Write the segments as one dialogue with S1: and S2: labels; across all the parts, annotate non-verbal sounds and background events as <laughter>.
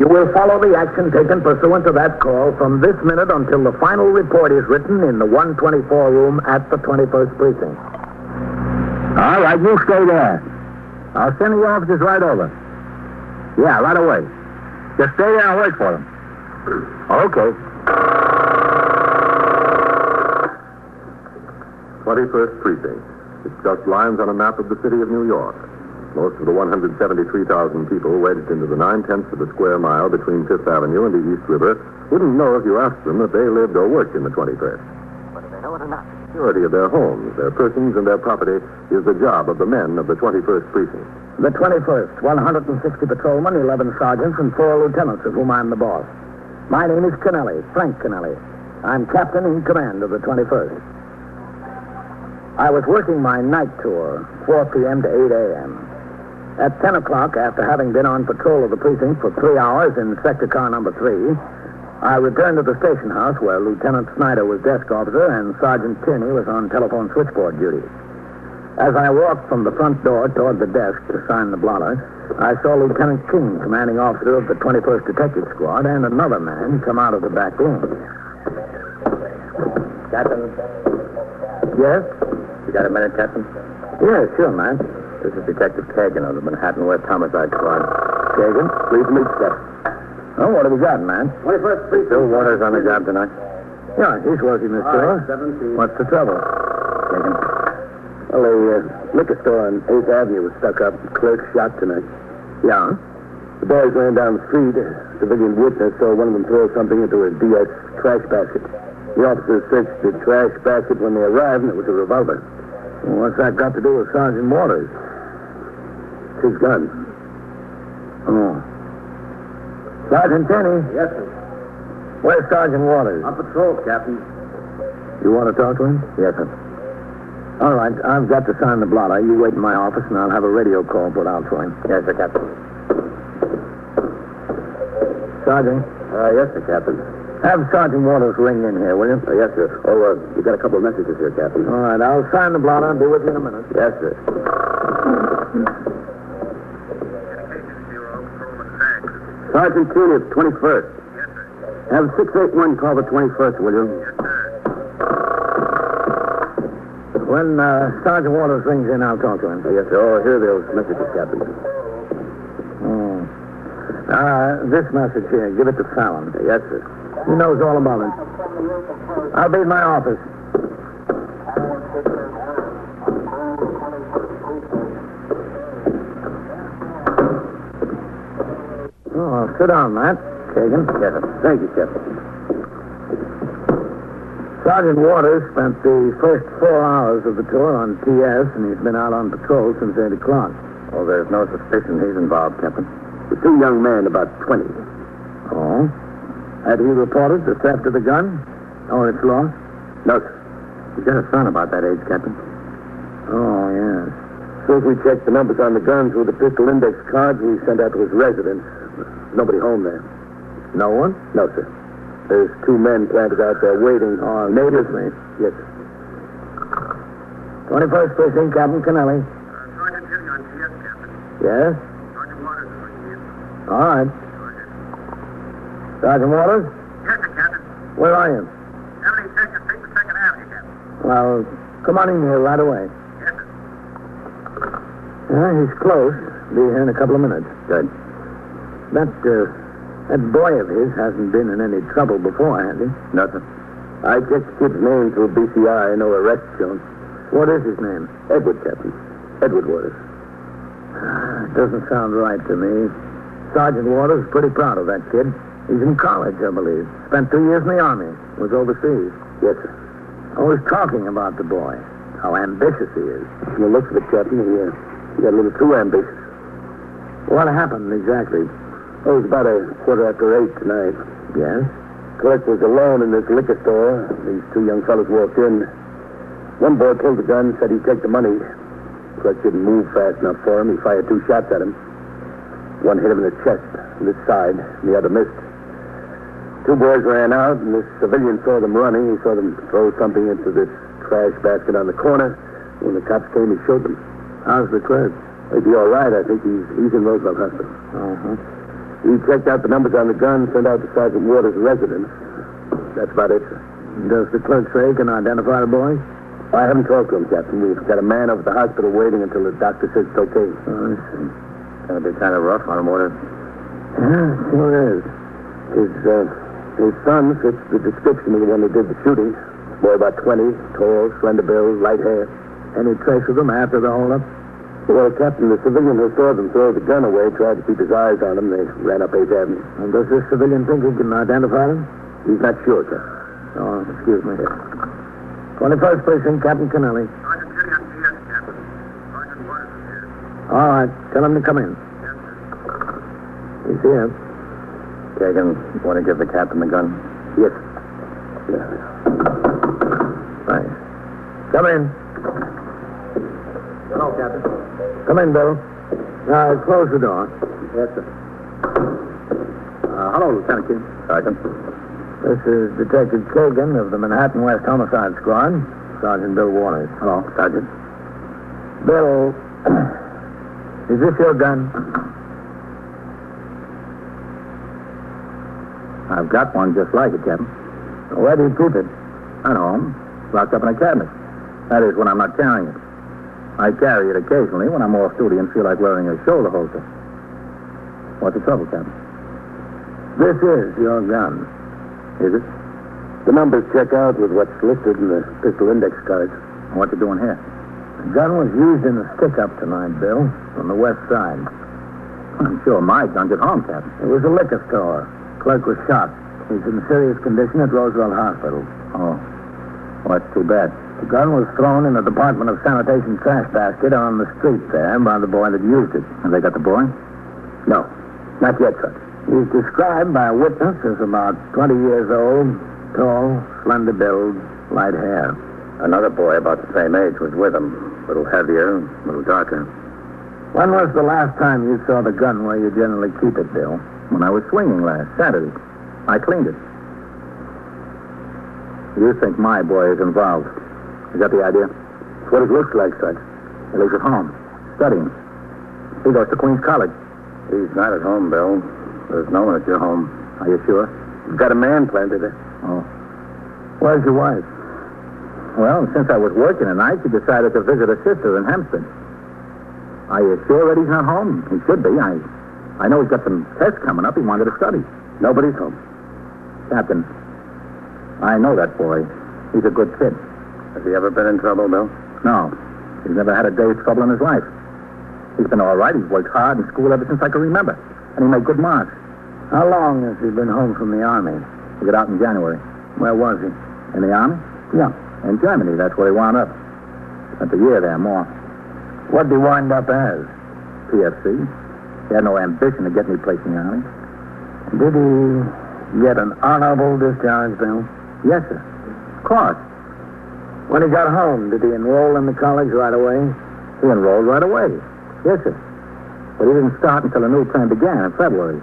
S1: You will follow the action taken pursuant to that call from this minute until the final report is written in the 124 room at the 21st precinct. All right, you stay there. I'll send the officers right over. Yeah, right away. Just stay there and wait for them. Okay.
S2: 21st Precinct. It's just lines on a map of the city of New York. Most of the 173,000 people wedged into the nine-tenths of a square mile between Fifth Avenue and the East River wouldn't know if you asked them that they lived or worked in the 21st.
S3: Whether they know it or not.
S2: Security of their homes, their persons, and their property is the job of the men of the 21st Precinct.
S1: The 21st, 160 patrolmen, 11 sergeants, and four lieutenants, of whom I'm the boss. My name is Kennelly, Frank Kennelly. I'm captain in command of the 21st. I was working my night tour, 4 p.m. to 8 a.m. At 10 o'clock, after having been on patrol of the precinct for three hours in sector car number three, I returned to the station house where Lieutenant Snyder was desk officer and Sergeant Tierney was on telephone switchboard duty. As I walked from the front door toward the desk to sign the blotter, I saw Lieutenant King, commanding officer of the 21st Detective Squad, and another man come out of the back room.
S4: Captain,
S1: Yes?
S4: you got a minute, Captain?
S1: Yes, sure, man.
S4: This is Detective Kagan of the Manhattan West Homicide Squad.
S1: Kagan.
S4: Please meet Steph.
S1: Oh, what have you got, man?
S4: 21st Precinct. Bill Waters on the job tonight.
S1: Yeah, he's working this store. What's the trouble?
S4: Kagan.
S5: Well, the uh, liquor store on 8th Avenue was stuck up. Clerk shot tonight.
S1: Yeah?
S5: The boys ran down the street. A civilian witness saw one of them throw something into a DS trash basket. The officers searched the trash basket when they arrived, and it was a revolver.
S1: What's that got to do with Sergeant Waters?
S5: It's his gun.
S1: Oh. Sergeant Tierney,
S4: Yes, sir.
S1: where's Sergeant Waters?
S4: patrol, Captain.
S1: You want to talk to him?
S5: Yes, sir.
S1: All right, I've got to sign the blotter. You wait in my office, and I'll have a radio call put out for him.
S4: Yes, sir, Captain.
S1: Sergeant,
S5: Uh, yes, sir, Captain.
S1: have Sergeant Waters ring in here, will you?
S5: Uh, yes, sir. Oh, uh, you got a couple of messages here, Captain.
S1: All right, I'll sign the blotter and be with you in a minute.
S5: Yes, sir. Sergeant Cooney of 21st. Have 681 call the 21st, will you?
S1: When uh, Sergeant Waters rings in, I'll talk to him.
S5: Yes, sir. Oh, here are those messages, Captain.
S1: Hmm. Uh, this message here, give it to Fallon.
S5: Yes, sir.
S1: He knows all about it. I'll be in my office. Oh, sit down, Matt. Kagan.
S5: Yes, sir. Thank you, Captain.
S1: Sergeant Waters spent the first four hours of the tour on TS, and he's been out on patrol since 8 o'clock.
S4: Oh, there's no suspicion he's involved, Captain.
S5: The two young men, about 20.
S1: Oh? Had he reported the theft of the gun? Or its loss?
S5: No, sir.
S4: You got a son about that age, Captain.
S1: Oh, yes.
S5: As we checked the numbers on the guns with the pistol index cards we sent out to his residence. Nobody home there.
S1: No one?
S5: No, sir. There's two men planted out there waiting on neighbors.
S1: Oh, me.
S5: Yes, sir.
S1: 21st Precinct, Captain Kennelly.
S6: Sergeant Henry on TS, Captain.
S1: Yes?
S6: Sergeant Waters is on TS.
S1: All right. Sergeant Waters,
S6: Yes, sir, Captain.
S1: where are you?
S6: 76th Street and 2nd Avenue, Captain.
S1: Well, come on in here right away.
S6: Yes, sir.
S1: Yeah, he's close. Be here in a couple of minutes.
S4: Good.
S1: That, uh, that boy of his hasn't been in any trouble before, has he?
S4: Nothing.
S5: I checked the kid's name through BCI. No arrest shown.
S1: What is his name?
S5: Edward, Captain. Edward Waters.
S1: Ah, Doesn't sound right to me. Sergeant Waters is pretty proud of that kid. He's in college, I believe. Spent two years in the Army. Was overseas.
S5: Yes, sir.
S1: Always talking about the boy. How ambitious he is.
S5: You look for the Captain. He, uh, he got a little too ambitious.
S1: What happened exactly?
S5: It
S1: Oh,
S5: was about a quarter after eight tonight.
S1: Yes?
S5: Clerk was alone in this liquor store. These two young fellows walked in. One boy pulled the gun, said he'd take the money. Clerk didn't move fast enough for him. He fired two shots at him. One hit him in the chest, in the side, and the other missed. Two boys ran out, and this civilian saw them running. He saw them throw something into this trash basket on the corner. When the cops came, he showed them.
S1: How's the clerk?
S5: He'd be all right, I think. He's, he's in Roosevelt Hospital.
S1: Uh-huh.
S5: He checked out the numbers on the gun, sent out to Sergeant Waters' residence. That's about it, sir.
S1: Does the clerk say he can identify the boy?
S5: I haven't talked to him, Captain. We've got a man over at the hospital waiting until the doctor says it's okay.
S1: Oh, I see.
S4: Gonna be kind of rough on him, won't it?
S1: Yeah, sure is.
S5: His, uh, his son fits the description of the one who did the shooting. Boy about 20, tall, slender build, light hair.
S1: Any trace of them after the holdup?
S5: Well, Captain, the civilian who saw them throw the gun away tried to keep his eyes on him. They ran up 8th Avenue.
S1: And does this civilian think he can identify them?
S5: He's not sure, sir.
S1: Oh, excuse me. 21st Precinct, Captain Kennelly.
S6: Sergeant Billy on CS, Captain. Sergeant Waters is here.
S1: All right, tell him to come in.
S6: Yes, sir.
S1: He's here.
S4: Kagan, want to give the captain the gun?
S5: Yes.
S1: Right. Come in.
S3: Hello, Captain.
S1: Come in, Bill. Now, close the door.
S3: Yes, sir. Uh, hello, Lieutenant King.
S4: Sergeant?
S1: This is Detective Kagan of the Manhattan West Homicide Squad, Sergeant Bill Waters.
S4: Hello, Sergeant.
S1: Bill, <clears throat> is this your gun?
S4: I've got one just like it, Captain.
S1: Where do you keep it?
S4: At home. Locked up in a cabinet. That is when I'm not carrying it. I carry it occasionally when I'm off duty and feel like wearing a shoulder holster. What's the trouble, Captain?
S1: This is your gun.
S4: Is it?
S5: The numbers check out with what's listed in the pistol index cards.
S4: What you doing here?
S1: The gun was used in a stick-up tonight, Bill, on the west side.
S4: I'm sure my gun's at home, Captain.
S1: It was a liquor store. Clerk was shot. He's in serious condition at Roosevelt Hospital.
S4: Oh. Well, that's too bad.
S1: The gun was thrown in the Department of Sanitation trash basket on the street there by the boy that used it.
S4: Have they got the boy?
S5: No, not yet, sir.
S1: He's described by a witness as about 20 years old, tall, slender build, light hair.
S4: Another boy about the same age was with him. A little heavier, a little darker.
S1: When was the last time you saw the gun where you generally keep it, Bill?
S4: When I was swinging last Saturday, I cleaned it. You think my boy is involved. Is that the idea?
S5: It's what it looks like, sir.
S4: He lives at home, studying. He goes to Queens College.
S5: He's not at home, Bill. There's no one at your home.
S4: Are you sure?
S5: You've got a man planted there.
S4: Oh.
S1: Where's your wife?
S4: Well, since I was working at night, she decided to visit her sister in Hempstead. Are you sure that he's not home? He should be. I, I know he's got some tests coming up. He wanted to study.
S5: Nobody's home.
S4: Captain, I know that boy. He's a good kid.
S5: Has he ever been in trouble, Bill?
S4: No, he's never had a day's trouble in his life. He's been all right. He's worked hard in school ever since I can remember, and he made good marks.
S1: How long has he been home from the Army?
S4: He got out in January
S1: Where was he?
S4: in the army
S1: Yeah.
S4: in Germany. That's where he wound up. Spent a year there, more.
S1: What did he wind up as?
S4: PFC. He had no ambition to get any place in the army.
S1: Did he get an honorable discharge, Bill?
S4: Yes, sir. Of course.
S1: When he got home, did he enroll in the college right away?
S4: He enrolled right away. Yes, sir. But he didn't start until the new term began in February.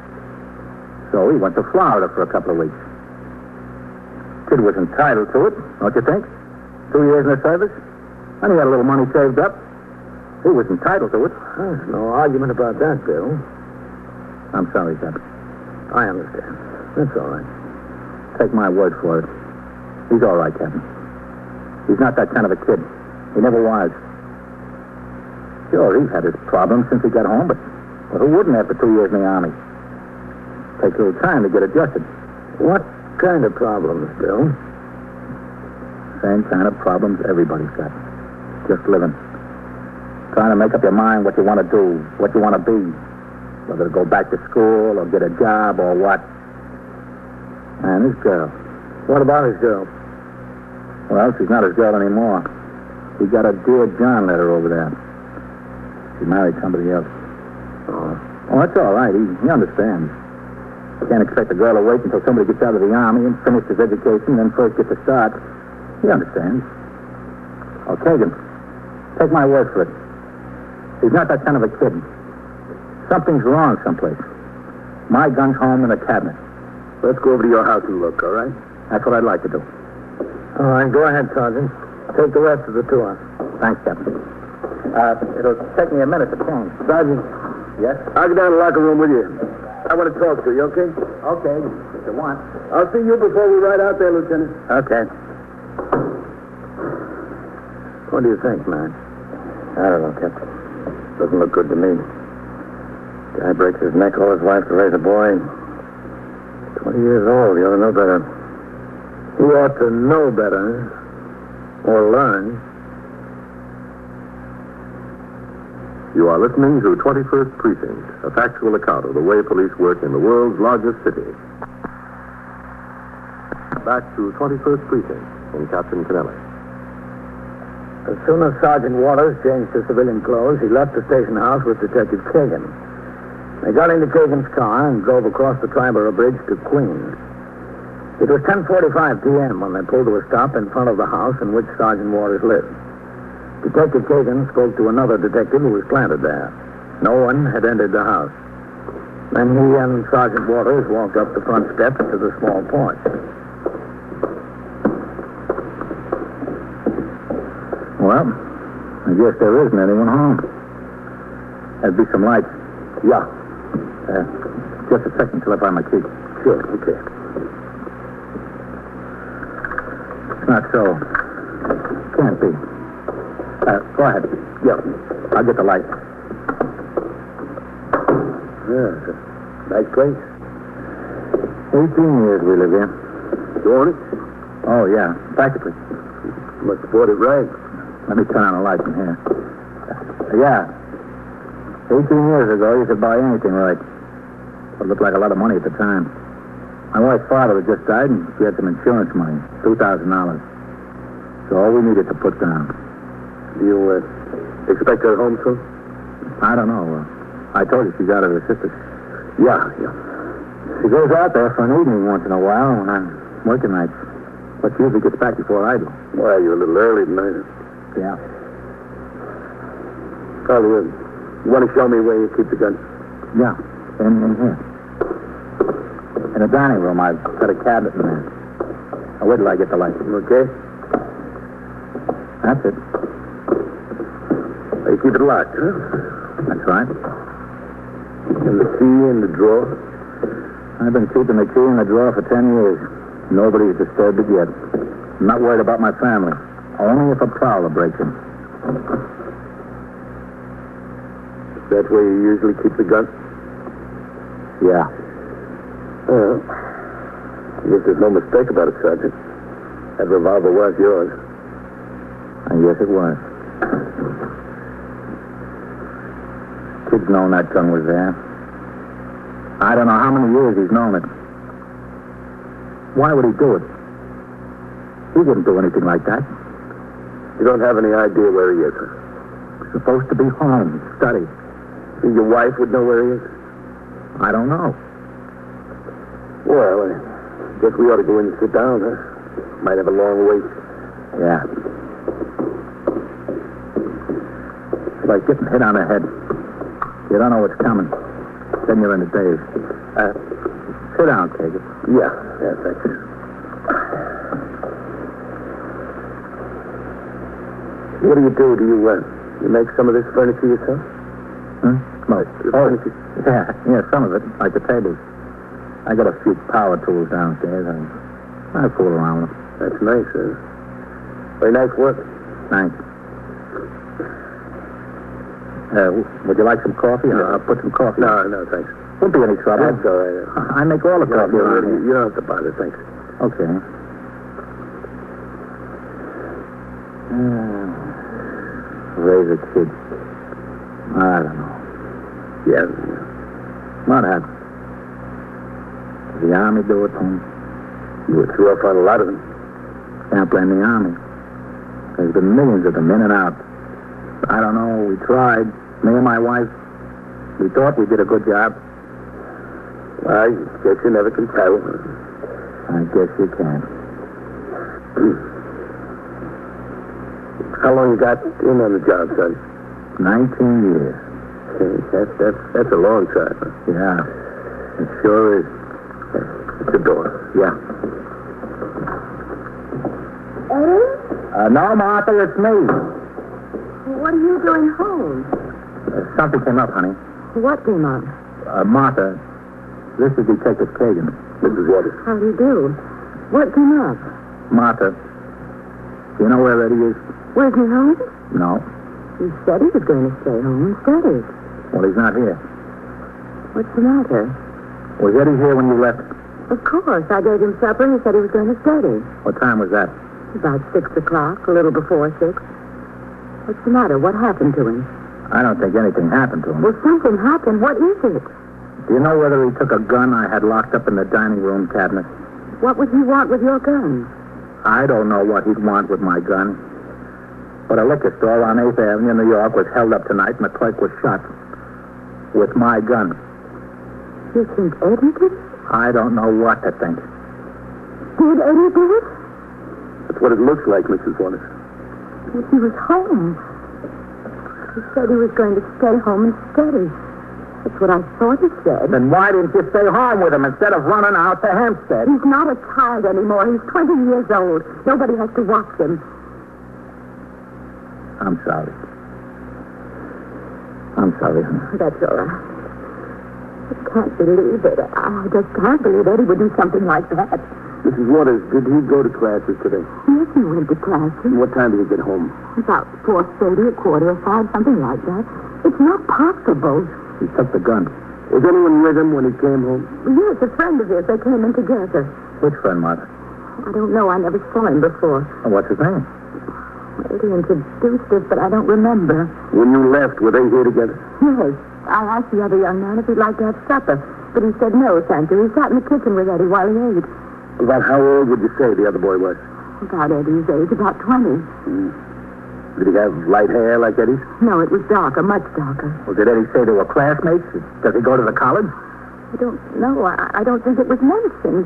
S4: So he went to Florida for a couple of weeks. Kid was entitled to it, don't you think? Two years in the service, and he had a little money saved up. He was entitled to it.
S1: There's no argument about that, Bill.
S4: I'm sorry, Captain.
S1: I understand. That's all right.
S4: Take my word for it. He's all right, Captain. He's not that kind of a kid. He never was. Sure, he's had his problems since he got home, but, but who wouldn't after two years in the Army? Takes a little time to get adjusted.
S1: What kind of problems, Bill?
S4: Same kind of problems everybody's got. Just living. Trying to make up your mind what you want to do, what you want to be. Whether to go back to school or get a job or what. And this girl.
S1: What about his girl?
S4: Well, she's not his girl anymore. He got a Dear John letter over there. She married somebody else.
S1: Oh.
S4: Oh, that's all right. He, he understands. Can't expect a girl to wait until somebody gets out of the army and finishes education, then first gets a start. He understands. Oh, Kagan, take my word for it. He's not that kind of a kid. Something's wrong someplace. My gun's home in a cabinet.
S5: Let's go over to your house and look, all right?
S4: That's what I'd like to do.
S1: All right, go ahead, Sergeant. Take the rest of the tour.
S4: Thanks, Captain. Uh, it'll take me a minute to change.
S5: Sergeant,
S4: Yes?
S5: I'll go down to the locker room with you. I want to talk to you, okay?
S7: Okay, if you want.
S5: I'll see you before we ride out there, Lieutenant.
S1: Okay.
S8: What do you think, man? I don't know, Captain. Doesn't look good to me. Guy breaks his neck all his life to raise a boy. Twenty years old. You ought to know better. You ought to know better. Or learn.
S4: You are listening to 21st Precinct, a factual account of the way police work in the world's largest city. Back to 21st Precinct and Captain Kennelly.
S8: As soon as Sergeant Waters changed to civilian clothes, he left the station house with Detective Kagan. They got into Kagan's car and drove across the Triborough Bridge to Queens. It was 10.45 p.m. when they pulled to a stop in front of the house in which Sergeant Waters lived. Detective Kagan spoke to another detective who was planted there. No one had entered the house. Then he and Sergeant Waters walked up the front steps to the small porch.
S1: Well, I guess there isn't anyone home. There'd be some lights.
S5: Yeah,
S1: Uh, just a second till I find my key.
S5: sure, okay.
S1: It's not so. Can't be. Uh, go ahead.
S5: Yeah.
S1: I'll get the light.
S5: Yeah, it's a nice place.
S1: 18 years we live here.
S5: You want it?
S1: Oh, yeah, practically.
S5: Must have bought it right.
S1: Let me turn on a light in here. Uh, yeah. 18 years ago, you could buy anything right. It looked like a lot of money at the time. My wife's father had just died, and we had some insurance money, $2,000. So all we needed to put down.
S5: Do you uh, expect her home soon?
S1: I don't know. Uh, I told you she's out of her sister's.
S5: Yeah, yeah.
S1: She goes out there for an evening once in a while when I'm working nights. But she usually gets back before I do.
S5: Well, you're a little early tonight.
S1: Yeah.
S5: Carly, uh, you want to show me where you keep the gun?
S1: Yeah. In, in here. Mm-hmm. In the dining room, I've got a cabinet in there. Now, wait till I get the light.
S5: Okay.
S1: That's it.
S5: You keep it locked, huh?
S1: That's right.
S5: And the key in the drawer.
S1: I've been keeping the key in the drawer for ten years. Nobody's disturbed it yet. I'm not worried about my family. Only if a prowler breaks in.
S5: That way you usually keep the gun?
S1: Yeah.
S5: Well, I guess there's no mistake about it, Sergeant. That revolver was yours.
S1: I guess it was. Kid's known that gun was there. I don't know how many years he's known it. Why would he do it? He wouldn't do anything like that.
S5: You don't have any idea where he is.
S1: He's supposed to be home, study.
S5: Think Your wife would know where he is?
S1: I don't know.
S5: Well, I guess we ought to go in and sit down, huh? Might have a long wait.
S1: Yeah. It's like getting hit on the head. You don't know what's coming. Then you're in a daze. Uh, sit down, Kagan.
S5: Yeah, yeah, thanks. What do you do? Do you, uh, you make some of this furniture yourself?
S1: Hmm? Smoke. Oh, yeah, yeah, some of it, like the tables. I got a few power tools downstairs. I, I fool around with them.
S5: That's nice, huh? Very nice work.
S1: Thanks. Uh, w- would you like some coffee? I'll put some coffee.
S5: No, no, thanks.
S1: Won't be any trouble.
S5: That's all right.
S1: I make all the
S5: No,
S1: coffee around here.
S5: you don't have to bother, thanks.
S1: Okay. Uh, raise a kid. I don't know.
S5: Yeah.
S1: What happened? Did the army do it? Hmm.
S5: You were threw up on a lot of them.
S1: Can't blame the army. There's been millions of them in and out. I don't know. We tried. Me and my wife. We thought we did a good job.
S5: I guess you never can tell.
S1: I guess you can.
S5: How long you got in on the job, son? <laughs>
S1: 19 years.
S5: That, that, that's a long time. huh?
S1: Yeah. It sure is.
S5: It's a door.
S1: Yeah.
S9: Eddie?
S1: Uh, no, Martha, it's me.
S9: What are you doing home?
S1: Uh, something came up, honey.
S9: What came up?
S1: Uh, Martha,
S4: This is Detective Kagan.
S5: Mrs. Waters.
S10: How do you do? What came up?
S4: Martha. Do you know where Eddie is?
S10: Where's he home?
S4: No.
S10: He said he was going to stay home and study.
S4: Well, he's not here.
S10: What's the matter?
S4: Was Eddie here when you left?
S10: Of course. I gave him supper and he said he was going to study.
S4: What time was that?
S10: About six o'clock, a little before six. What's the matter? What happened to him?
S4: I don't think anything happened to him.
S10: Well, something happened. What is it?
S4: Do you know whether he took a gun I had locked up in the dining room cabinet?
S10: What would he want with your gun?
S4: I don't know what he'd want with my gun. But a liquor store on 8th Avenue in New York was held up tonight and the clerk was shot. With my gun.
S10: You think Eddie did it?
S4: I don't know what to think.
S10: Did Eddie do it?
S5: That's what it looks like, Mrs. Waters.
S10: Well, He was home. He said he was going to stay home and study. That's what I thought he said.
S4: Then why didn't you stay home with him instead of running out to Hampstead?
S10: He's not a child anymore. He's 20 years old. Nobody has to watch him.
S4: I'm sorry. I'm sorry, honey.
S10: That's all right. I can't believe it. I just can't believe Eddie would do something like that.
S5: Mrs. Waters, did he go to classes today?
S10: Yes, he went to classes.
S5: And what time did he get home?
S10: About 4.30, a quarter of 5, something like that. It's not possible.
S4: He took the gun.
S5: Was anyone with him when he came home?
S10: Yes, a friend of his. They came in together.
S4: Which friend, Martha?
S10: I don't know. I never saw him before.
S4: Oh, what's his name?
S10: Eddie introduced us, but I don't remember.
S5: When you left, were they here together?
S10: Yes. I asked the other young man if he'd like to have supper, but he said no, thank you. He sat in the kitchen with Eddie while he ate.
S5: About how old would you say the other boy was? Hmm.
S10: About Eddie's age, about 20.
S5: Did he have light hair like Eddie's?
S10: No, it was darker, much darker.
S4: Well, did Eddie say they were classmates? Does he go to the college?
S10: I don't know. I, I don't think it was mentioned.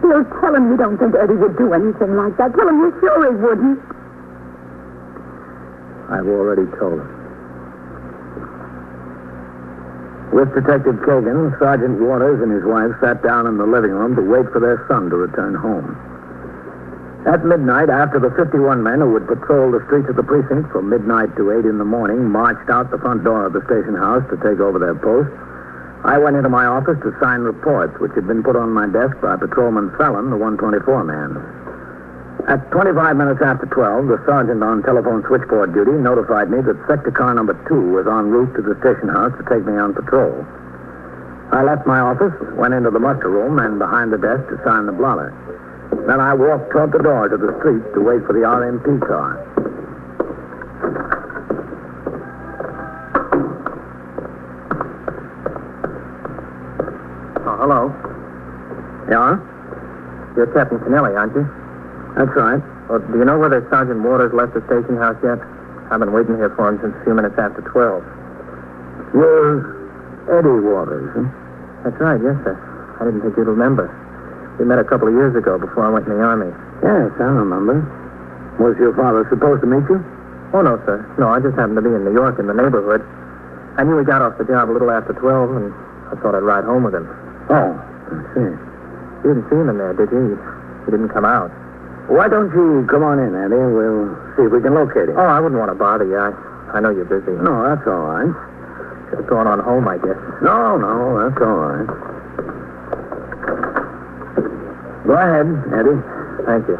S10: Bill, tell him you don't think Eddie would do anything like that. Tell him you're sure he wouldn't.
S4: I've already told him.
S1: With Detective Kagan, Sergeant Waters and his wife sat down in the living room to wait for their son to return home. At midnight, after the 51 men who would patrol the streets of the precinct from midnight to 8 in the morning marched out the front door of the station house to take over their posts, I went into my office to sign reports which had been put on my desk by Patrolman Fallon, the 124 man. At 25 minutes after 12, the sergeant on telephone switchboard duty notified me that sector car number 2 was en route to the station house to take me on patrol. I left my office, went into the muster room, and behind the desk to sign the blotter. Then I walked toward the door to the street to wait for the RMP car.
S3: Oh, hello.
S1: Yeah?
S3: You're Captain Kennelly, aren't you?
S1: That's right.
S3: Well, do you know whether Sergeant Waters left the station house yet? I've been waiting here for him since a few minutes after 12.
S1: You're Eddie Waters, huh?
S3: That's right, yes, sir. I didn't think you'd remember. We met a couple of years ago before I went in the Army.
S1: Yes, I remember. Was your father supposed to meet you?
S3: Oh, no, sir. No, I just happened to be in New York in the neighborhood. I knew he got off the job a little after 12, and I thought I'd ride home with him.
S1: Oh, I see.
S3: You didn't see him in there, did you? He didn't come out.
S1: Why don't you come on in, Eddie? We'll see if we can locate him.
S3: Oh, I wouldn't want to bother you. I, I know you're busy.
S1: No, that's all right.
S3: Should have gone on home, I guess.
S1: No, no, that's all right. Go ahead, Eddie.
S3: Thank you.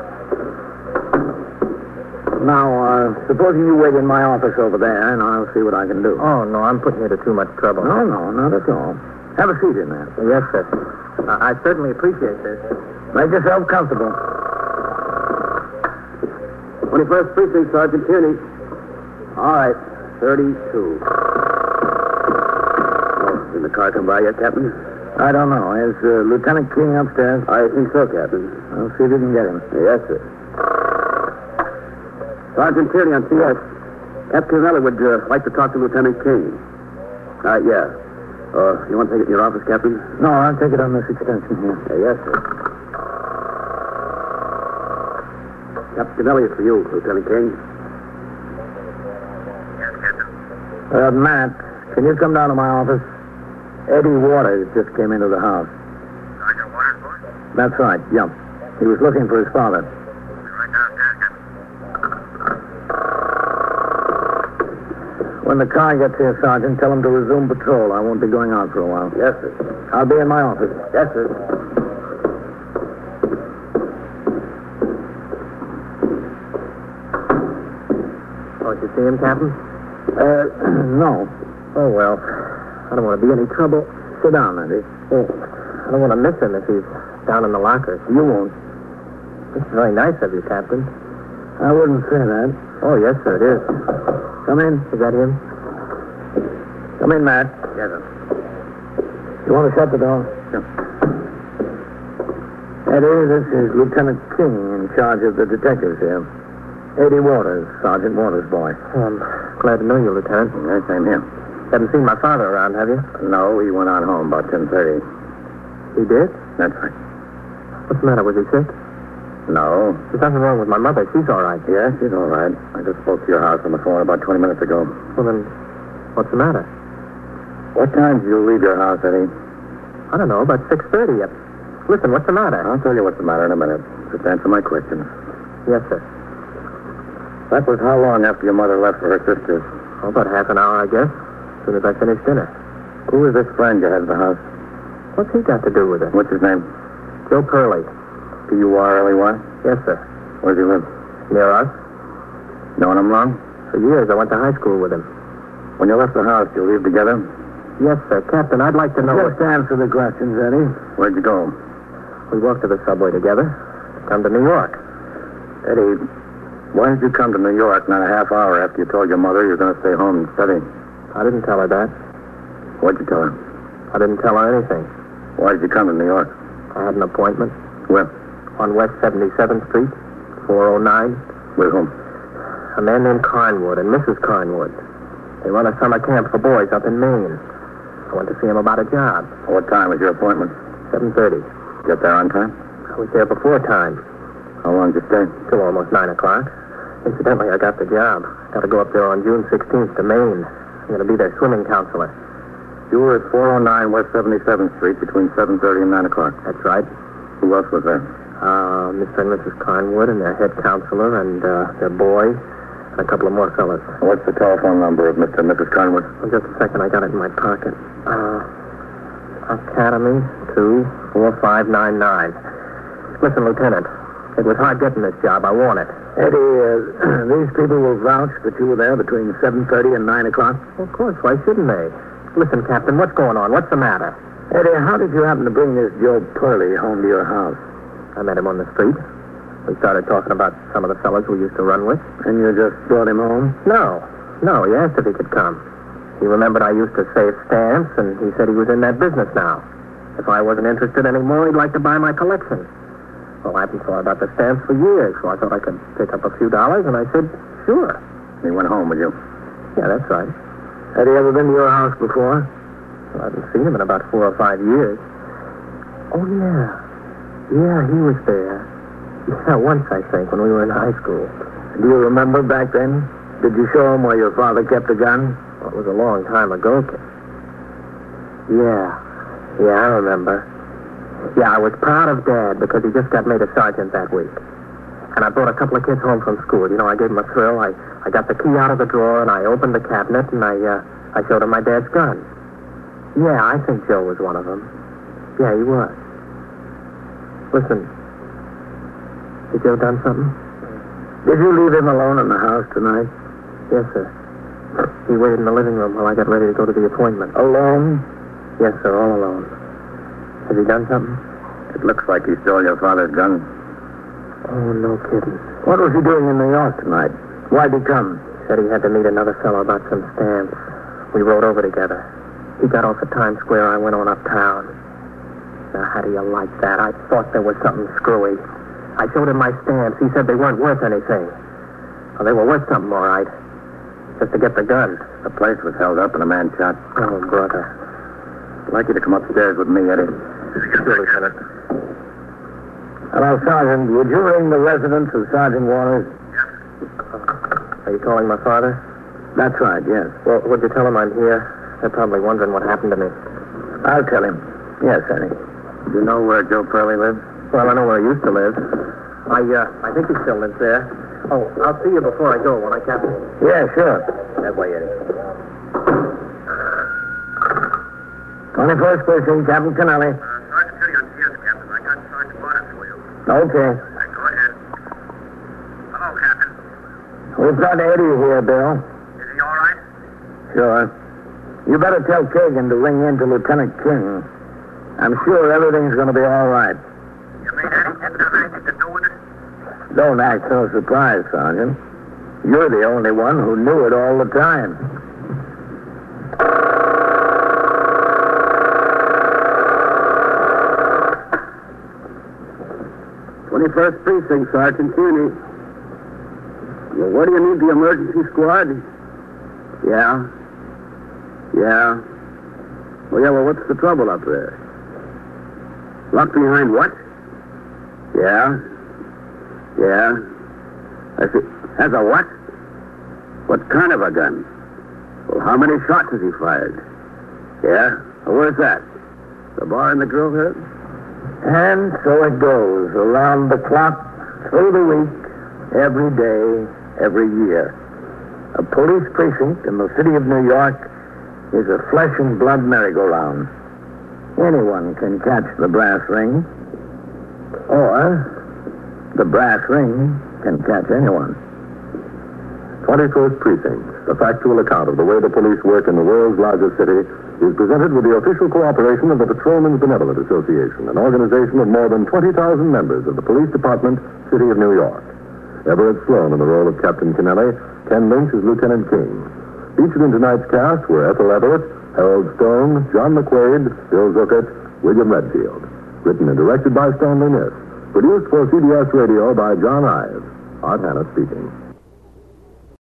S1: Now, uh, supposing you wait in my office over there, and I'll see what I can do.
S3: Oh, no, I'm putting you to too much trouble.
S1: No, no, not at all. Have a seat in there.
S3: Yes, sir. I, I certainly appreciate this.
S1: Make yourself comfortable.
S5: 21st Precinct, Sergeant Tierney. All right, 32. Oh, Did the car come by yet, Captain?
S1: I don't know. Is uh, Lieutenant King upstairs?
S5: I think so, Captain.
S1: I'll see if we can get him.
S5: Yes, sir. Sergeant Tierney on CS. Captain Ellie would uh, like to talk to Lieutenant King. Uh, yeah. Uh, you want to take it to your office, Captain?
S1: No, I'll take it on this extension here.
S5: Uh, yes, sir. Captain Elliott for you, Lieutenant King.
S1: Uh, Matt, can you come down to my office? Eddie Waters just came into the house.
S6: Sergeant Waters, boy?
S1: That's right, yep. He was looking for his father.
S6: Right downstairs, Captain.
S5: When the car gets here, Sergeant, tell them to resume patrol. I won't be going out for a while.
S4: Yes, sir.
S5: I'll be in my office.
S4: Yes, sir.
S1: Oh, did you see him, Captain?
S5: Uh, <clears throat> no.
S1: Oh, well. I don't want to be any trouble.
S5: Sit down, Andy.
S1: Oh, I don't want to miss him if he's down in the locker.
S5: You won't.
S1: It's very nice of you, Captain.
S5: I wouldn't say that.
S1: Oh, yes, sir, it is.
S5: Come in.
S1: Is that him?
S5: Come in, Matt.
S4: Yes, sir.
S5: You want to shut the door?
S4: Sure.
S5: Eddie, this is Lieutenant King in charge of the detectives here. Eddie Waters, Sergeant Waters' boy.
S1: Oh, I'm glad to know you, Lieutenant.
S4: Yes, same here.
S1: Haven't seen my father around, have you?
S4: No, he went on home about 10.30.
S1: He did?
S4: That's right.
S1: What's the matter? Was he sick?
S4: No.
S1: There's nothing wrong with my mother. She's all right.
S4: Yes, he's all right. I just spoke to your house on the phone about 20 minutes ago.
S1: Well, then, what's the matter?
S4: What time did you leave your house, Eddie?
S1: I don't know, about 6.30. Listen, what's the matter?
S4: I'll tell you what's the matter in a minute. Just answer my question.
S1: Yes, sir.
S4: That was how long after your mother left for her sister's?
S1: Oh, about half an hour, I guess, as soon as I finish dinner.
S4: Who was this friend you had at the house?
S1: What's he got to do with it?
S4: What's his name?
S1: Joe Curley.
S4: P-U-R-L-E-Y?
S1: Yes, sir.
S4: Where does he live?
S1: Near us.
S4: Knowing him long?
S1: For years, I went to high school with him.
S4: When you left the house, you leave together?
S1: Yes, sir. Captain, I'd like to know...
S5: Just answer the questions, Eddie.
S4: Where'd you go?
S1: We walked to the subway together. Come to New York.
S4: Eddie, why did you come to New York not a half hour after you told your mother you were going to stay home and study?
S1: I didn't tell her that.
S4: What'd you tell her?
S1: I didn't tell her anything.
S4: Why did you come to New York?
S1: I had an appointment
S4: With?
S1: on West 77th Street, 409.
S4: With whom?
S1: A man named Carnwood and Mrs. Carnwood. They run a summer camp for boys up in Maine. I went to see him about a job.
S4: What time was your appointment?
S1: 7.30.
S4: Get there on time?
S1: I was there before time,
S4: How long did you stay?
S1: till almost 9 o'clock. Incidentally, I got the job. Got to go up there on June 16th to Maine. I'm going to be their swimming counselor.
S4: You were at 409 West 77th Street between 7.30 and 9 o'clock.
S1: That's right.
S4: Who else was there?
S1: Uh, Mr. and Mrs. Carnwood and their head counselor and uh, their boy and a couple of more fellas.
S4: What's the telephone number of Mr. and Mrs. Conwood?
S1: Well, just a second, I got it in my pocket. Uh, Academy 24599. Listen, Lieutenant, it was hard getting this job. I want it.
S5: Eddie, uh, <clears throat> these people will vouch that you were there between 7.30 and 9 o'clock.
S1: Of course, why shouldn't they? Listen, Captain, what's going on? What's the matter?
S5: Eddie, how did you happen to bring this Joe Purley home to your house?
S1: I met him on the street. We started talking about some of the fellas we used to run with.
S5: And you just brought him home?
S1: No, no, he asked if he could come. He remembered I used to save stamps, and he said he was in that business now. If I wasn't interested anymore, he'd like to buy my collection. Well, I hadn't thought about the stamps for years, so I thought I could pick up a few dollars, and I said, sure.
S4: He went home with you.
S1: Yeah, that's right.
S5: Had he ever been to your house before?
S1: Well, I haven't seen him in about four or five years. Oh, yeah. Yeah, he was there. Yeah, once, I think, when we were in high school.
S5: Do you remember back then? Did you show him where your father kept the gun?
S1: Well, it was a long time ago, Kid. Yeah. Yeah, I remember. Yeah, I was proud of Dad because he just got made a sergeant that week. And I brought a couple of kids home from school. You know, I gave them a thrill. I, I got the key out of the drawer and I opened the cabinet and I, uh, I showed him my dad's gun. Yeah, I think Joe was one of them. Yeah, he was. Listen, did Joe done something?
S5: Did you leave him alone in the house tonight?
S1: Yes, sir. He waited in the living room while I got ready to go to the appointment.
S5: Alone?
S1: Yes, sir, all alone. Has he done something?
S4: It looks like he stole your father's gun.
S1: Oh, no kidding.
S5: What was he doing in New York tonight? Why'd he come?
S1: Said he had to meet another fellow about some stamps. We rode over together. He got off at Times Square. I went on uptown. Now, how do you like that? I thought there was something screwy. I showed him my stamps. He said they weren't worth anything. Well, they were worth something, all right. Just to get the gun.
S4: The place was held up and a man shot.
S1: Oh, brother.
S4: I'd like you to come upstairs with me, Eddie.
S1: Sure, Lieutenant.
S5: Hello, Sergeant. Would you ring the residence of Sergeant Waters?
S1: Are you calling my father?
S5: That's right, yes.
S1: Well, would you tell him I'm here? They're probably wondering what happened to me.
S5: I'll tell him. Yes, Eddie.
S4: Do you know where Joe Purley lives?
S1: Well, I know where he used to live. I, uh, I think he still lives there.
S11: Oh, I'll see you before I go when I capture him.
S5: Yeah, sure.
S11: That way, Eddie.
S1: 21st Precinct, Captain Kennelly.
S9: Uh, Sergeant City on CS, Captain. I got Sergeant Waters for you.
S1: Okay.
S9: All right, go ahead. Hello, Captain.
S1: We've got Eddie here, Bill.
S9: Is he all right?
S1: Sure. You better tell Kagan to ring in to Lieutenant King. I'm sure everything's going to be all right.
S9: You mean Eddie didn't have anything to do with it?
S1: Don't act so surprised, Sergeant. You're the only one who knew it all the time.
S5: Twenty-first precinct, Sergeant Kearney. Well, what do you need the emergency squad? Yeah. Yeah. Well, yeah, well, what's the trouble up there? Locked behind what? Yeah. Yeah. That's a, that's a what? What kind of a gun? Well, how many shots has he fired? Yeah? Well, where's that? The bar in the Grove Head?
S1: And so it goes around the clock, through the week, every day, every year. A police precinct in the city of New York is a flesh and blood merry-go-round. Anyone can catch the brass ring, or the brass ring can catch anyone.
S4: 21st Precinct, a factual account of the way the police work in the world's largest city, is presented with the official cooperation of the Patrolmen's Benevolent Association, an organization of more than 20,000 members of the Police Department, City of New York. Everett Sloan in the role of Captain Kennelly, Ken Lynch as Lieutenant King. Featured in tonight's cast were Ethel Everett, Harold Stone, John McQuaid, Bill Zuckert, William Redfield. Written and directed by Stanley Niss. Produced for CBS Radio by John Ives. Art Hannah speaking.